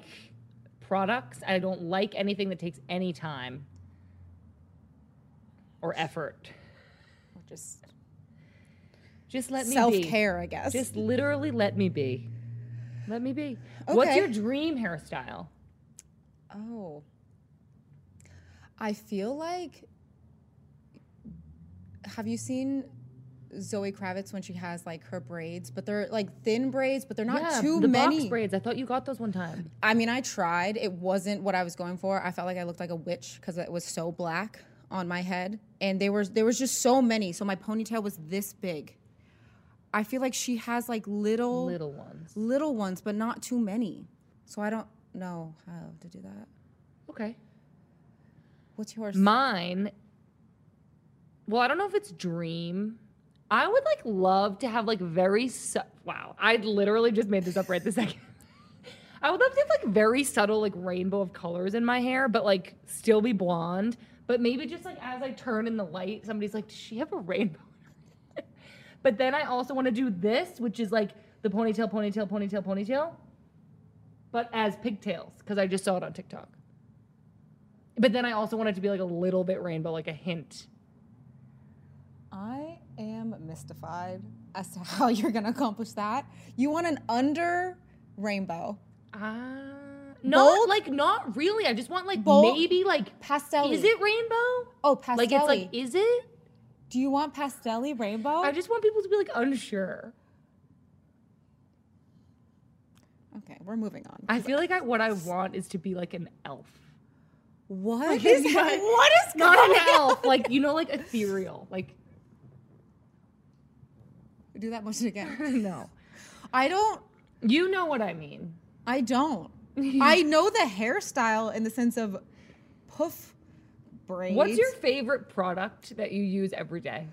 S3: products. I don't like anything that takes any time or effort.
S4: Or just
S3: Just let me
S4: self
S3: be.
S4: care, I guess.
S3: Just literally let me be. Let me be. What's
S4: Okay.
S3: your dream hairstyle?
S4: oh. I feel like have you seen Zoe Kravitz when she has like her braids, but they're like thin braids, but they're not
S3: Yeah,
S4: too
S3: the
S4: many.
S3: box braids. I thought you got those one time.
S4: I mean, I tried. It wasn't what I was going for. I felt like I looked like a witch because it was so black on my head, and there was there was just so many. So my ponytail was this big. I feel like she has like little little,
S3: Little
S4: ones,
S3: ones.
S4: but not too many. So I don't know how to do that.
S3: Okay.
S4: What's yours?
S3: Mine. Well, I don't know if it's dream. I would like love to have like very su- wow. I literally just made this up right this second. I would love to have like very subtle like rainbow of colors in my hair, but like still be blonde. But maybe just like as I turn in the light, somebody's like, "Does she have a rainbow?" in her hair?" but then I also want to do this, which is like the ponytail, ponytail, ponytail, ponytail, but as pigtails because I just saw it on TikTok. But then I also want it to be like a little bit rainbow, like a hint.
S4: I am mystified as to how you're gonna accomplish that. You want an under rainbow
S3: Ah, not
S4: Bold?
S3: like not really. I just want like
S4: Bold?
S3: maybe like
S4: pastel?
S3: is it rainbow?
S4: Oh, pastel.
S3: Like it's like is it?
S4: do you want pastel rainbow?
S3: I just want people to be like unsure.
S4: okay, we're moving on.
S3: I feel like I, what I want is to be like an elf,
S4: What is that? What is
S3: not
S4: going
S3: an
S4: on?
S3: elf, like you know, like ethereal, like
S4: Do that motion again.
S3: no,
S4: I don't.
S3: you know what I mean.
S4: I don't. I know the hairstyle in the sense of poof braids.
S3: What's your favorite product that you use every day?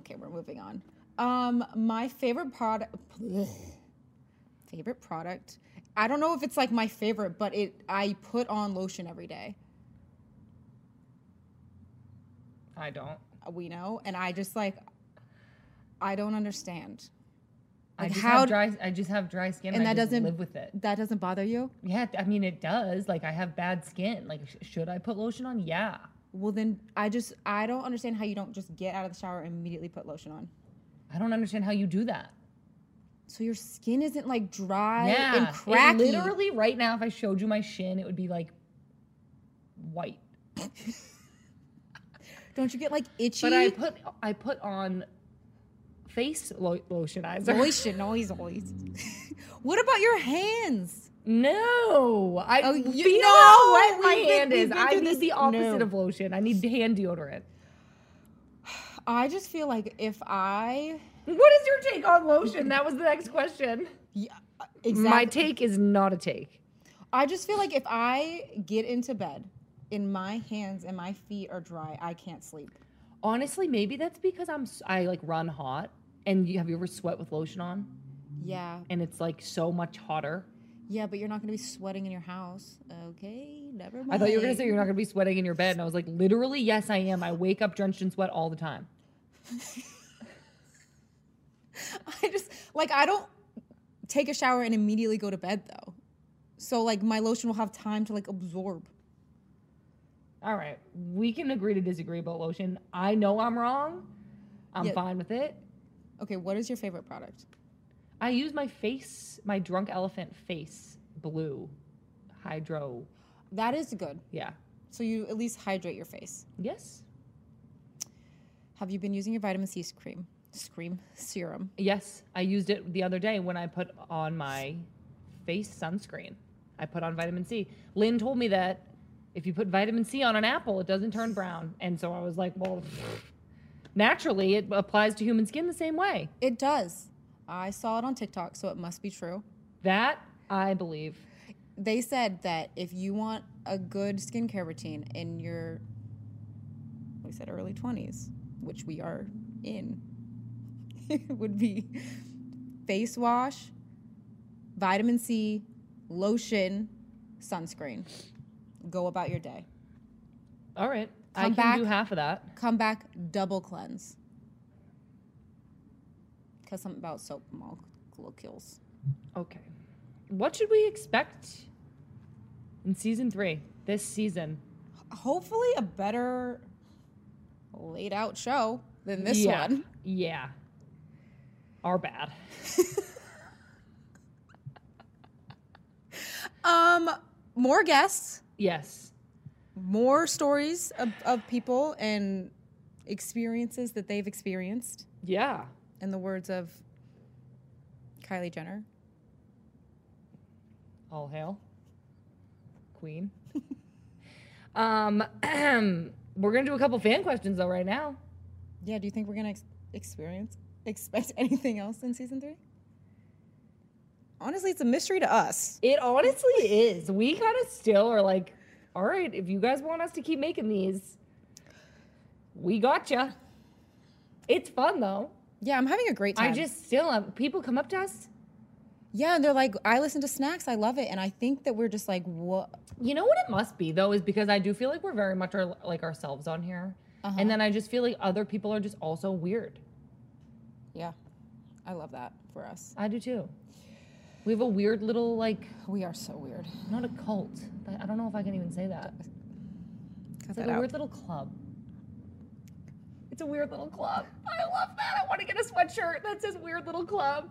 S4: Okay, we're moving on. Um, my favorite product. Favorite product. I don't know if it's like my favorite, but it. I put on lotion every day.
S3: I don't.
S4: We know, and I just like. I don't understand.
S3: I
S4: Like,
S3: just
S4: how-
S3: have dry. I just have dry skin, and,
S4: And
S3: I
S4: that
S3: just
S4: doesn't-
S3: live with it.
S4: That doesn't bother you?
S3: Yeah, I mean it does. Like I have bad skin. Like sh- should I put lotion on? Yeah.
S4: Well, then I just I don't understand how you don't just get out of the shower and immediately put lotion on.
S3: I don't understand how you do that.
S4: So your skin isn't like dry
S3: yeah.
S4: and
S3: It
S4: cracky.
S3: literally right now if I showed you my shin, it would be like white.
S4: Don't you get like itchy?
S3: But I put I put on face lo- lotionizer.
S4: lotion always, always. what about your hands?
S3: No. I
S4: Oh,
S3: oh,
S4: you-
S3: you
S4: no,
S3: know what
S4: we've
S3: my
S4: been-
S3: hand
S4: we've
S3: is.
S4: been
S3: I
S4: through
S3: need
S4: this-
S3: the opposite
S4: no.
S3: of lotion. I need hand deodorant.
S4: I just feel like if I
S3: What is your take on lotion? That was the next question.
S4: yeah,
S3: My
S4: exactly.
S3: take is not a take.
S4: I just feel like if I get into bed and my hands and my feet are dry, I can't sleep.
S3: Honestly, maybe that's because I'm s- I like run hot. And you, have you ever sweat with lotion on?
S4: Yeah,
S3: And it's like so much hotter.
S4: yeah, but you're not gonna be sweating in your house. Okay, never mind.
S3: I thought you were gonna say you're not gonna be sweating in your bed, and I was like, literally, yes, I am. I wake up drenched in sweat all the time.
S4: I just like I don't take a shower and immediately go to bed though. So like my lotion will have time to like absorb.
S3: All right, we can agree to disagree about lotion. I know I'm wrong. I'm
S4: Yeah.
S3: fine with it.
S4: Okay, what is your favorite product?
S3: I use my face, my drunk elephant face blue hydro.
S4: That is good.
S3: Yeah.
S4: So you at least hydrate your face.
S3: Yes.
S4: Have you been using your vitamin C cream? Scream serum.
S3: Yes. I used it the other day when I put on my face sunscreen. I put on vitamin C. Lynn told me that if you put vitamin C on an apple, it doesn't turn brown. And so I was like, well, naturally, it applies to human skin the same way.
S4: It does. I saw it on TikTok, so it must be true.
S3: That I believe.
S4: They said that if you want a good skincare routine in your we said early 20s, which we are in, it would be face wash, vitamin C, lotion, sunscreen. Go about your day.
S3: All right. I
S4: Come
S3: can
S4: back.
S3: do half of that.
S4: Come back, double cleanse. Because something about soap molecules.
S3: Okay. What should we expect in season three? This season.
S4: Hopefully, a better laid out show than this
S3: yeah.
S4: one.
S3: Yeah. Are bad.
S4: Um, more guests,
S3: Yes.
S4: more stories of, of people and experiences that they've experienced.
S3: Yeah.
S4: In the words of Kylie Jenner.
S3: All hail. Queen. um we're gonna do a couple fan questions though right now.
S4: Yeah, do you think we're gonna ex- experience expect anything else in season three? Honestly, it's a mystery to us.
S3: It honestly is. We kind of still are like, all right, if you guys want us to keep making these, we gotcha. It's fun though.
S4: Yeah, I'm having a great time.
S3: I just still am. People come up to us.
S4: yeah, and they're like, I listen to Snacks, I love it, and I think that we're just like, what?
S3: You know what it must be though is because I do feel like we're very much our, like ourselves on here, and then I just feel like other people are just also weird.
S4: Yeah, I love that for us.
S3: I do too. We have a weird little like
S4: We are so weird.
S3: not a cult. But I don't know if I can even say that.
S4: Cut
S3: It's like
S4: that
S3: a
S4: out.
S3: weird little club. It's a weird little club. I love that. I want to get a sweatshirt that says weird little club.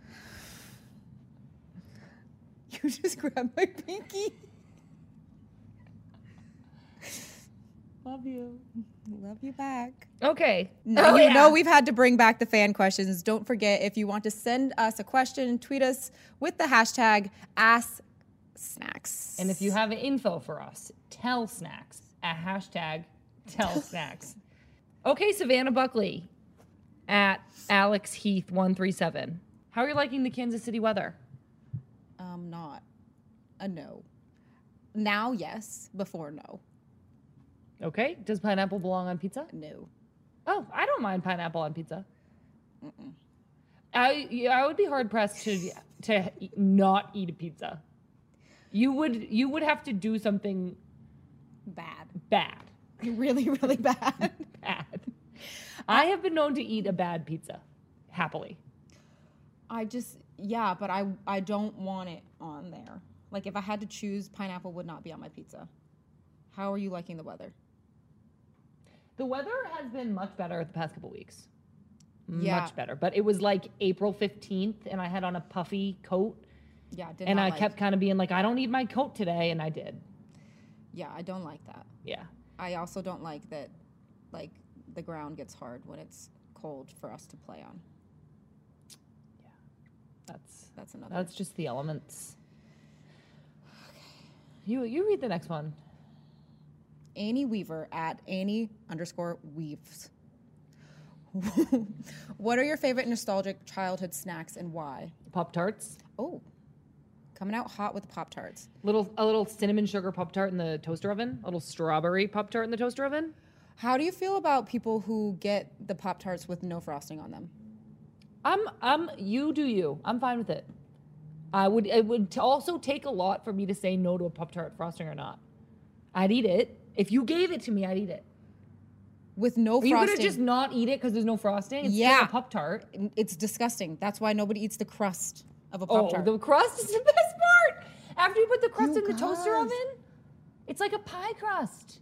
S4: You just grabbed my pinky.
S3: Love you.
S4: Love you back.
S3: Okay. Oh,
S4: No, you
S3: yeah.
S4: know we've had to bring back the fan questions. Don't forget if you want to send us a question, tweet us with the hashtag AskSnacks.
S3: And if you have info for us, tell snacks at hashtag tell snacks. Okay, Savannah Buckley at Alex Heath 137. How are you liking the Kansas City weather?
S4: um, not a no. Now yes, before no,
S3: Okay. Does pineapple belong on pizza?
S4: no.
S3: Oh, I don't mind pineapple on pizza. I yeah, I would be hard pressed to to not eat a pizza. You would you would have to do something
S4: Bad,
S3: bad,
S4: really, really bad.
S3: bad. I have been known to eat a bad pizza, happily.
S4: I just yeah, but I I don't want it on there. Like if I had to choose, pineapple would not be on my pizza. How are you liking the weather?
S3: The weather has been much better the past couple weeks.
S4: Yeah.
S3: Much better. But it was like April 15th and I had on a puffy coat
S4: Yeah, did
S3: and
S4: not
S3: I
S4: like-
S3: kept kind of being like, I don't need my coat today. And I did.
S4: Yeah, I don't like that.
S3: Yeah.
S4: I also don't like that, like the ground gets hard when it's cold for us to play on.
S3: That's
S4: That's another.
S3: that's just the elements. You you read the next one.
S4: Annie Weaver at Annie underscore Weaves. what are your favorite nostalgic childhood snacks and why?
S3: Pop tarts.
S4: Oh, coming out hot with the Pop Tarts.
S3: Little a little cinnamon sugar pop tart in the toaster oven. A little strawberry pop tart in the toaster oven.
S4: How do you feel about people who get the Pop Tarts with no frosting on them?
S3: I'm I'm you do you. I'm fine with it. I would it would t- also take a lot for me to say no to a pop tart frosting or not. I'd eat it if you gave it to me. I'd eat it.
S4: With no
S3: You could
S4: frosting.
S3: have just not eat it because there's no frosting. It's
S4: Yeah.
S3: pop tart.
S4: It's disgusting. That's why nobody eats the crust of a
S3: Oh,
S4: Pop Tart.
S3: the crust is the best part. After you put the crust
S4: You
S3: in the toaster
S4: guys.
S3: oven, it's like a pie crust.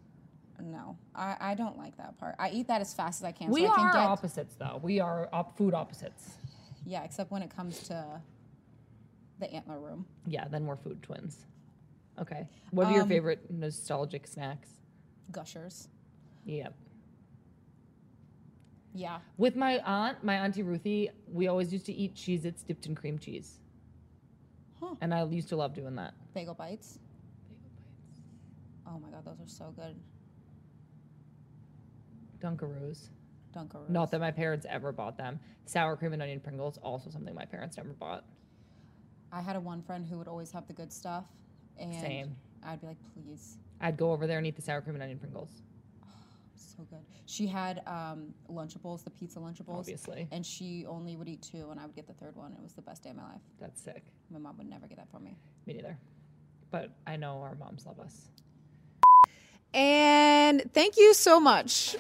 S4: no, I, I don't like that part. I eat that as fast as I can.
S3: we
S4: so I can
S3: are
S4: get,
S3: opposites, though. We are op- food opposites.
S4: Yeah, except when it comes to the antler room.
S3: Yeah, then we're food twins. Okay. What are your favorite nostalgic snacks?
S4: Gushers.
S3: Yep.
S4: Yeah.
S3: With my aunt, my auntie Ruthie, we always used to eat Cheez Its dipped in cream cheese.
S4: Huh.
S3: And I used to love doing that.
S4: Bagel bites. Oh my god, those are so good.
S3: Dunkaroos.
S4: Dunkaroos.
S3: Not that my parents ever bought them. Sour cream and onion Pringles, also something my parents never bought.
S4: I had a one friend who would always have the good stuff, and
S3: Same.
S4: I'd be like, please.
S3: I'd go over there and eat the sour cream and onion Pringles.
S4: so good. She had um, Lunchables, the pizza Lunchables.
S3: Obviously.
S4: And she only would eat two, and I would get the third one. It was the best day of my life.
S3: That's sick.
S4: My mom would never get that for me.
S3: Me neither. But I know our moms love us.
S4: And thank you so much.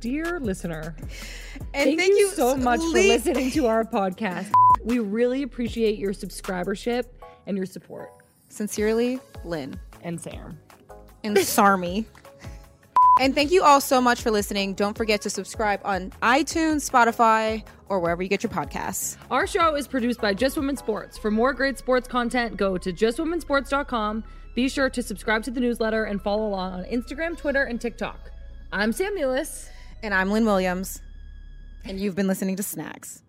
S3: Dear listener,
S4: And
S3: thank, you, so
S4: s-
S3: much for
S4: Lee-
S3: listening to our podcast. We really appreciate your subscribership and your support.
S4: Sincerely, Lynn.
S3: And Sam.
S4: and Sarmi. And thank you all so much for listening. Don't forget to subscribe on iTunes, Spotify, or wherever you get your podcasts.
S3: Our show is produced by Just Women Sports. For more great sports content, go to justwomensports.com. Be sure to subscribe to the newsletter and follow along on Instagram, Twitter, and TikTok. I'm Sam Mullis.
S4: And I'm Lynn Williams, and you've been listening to Snacks.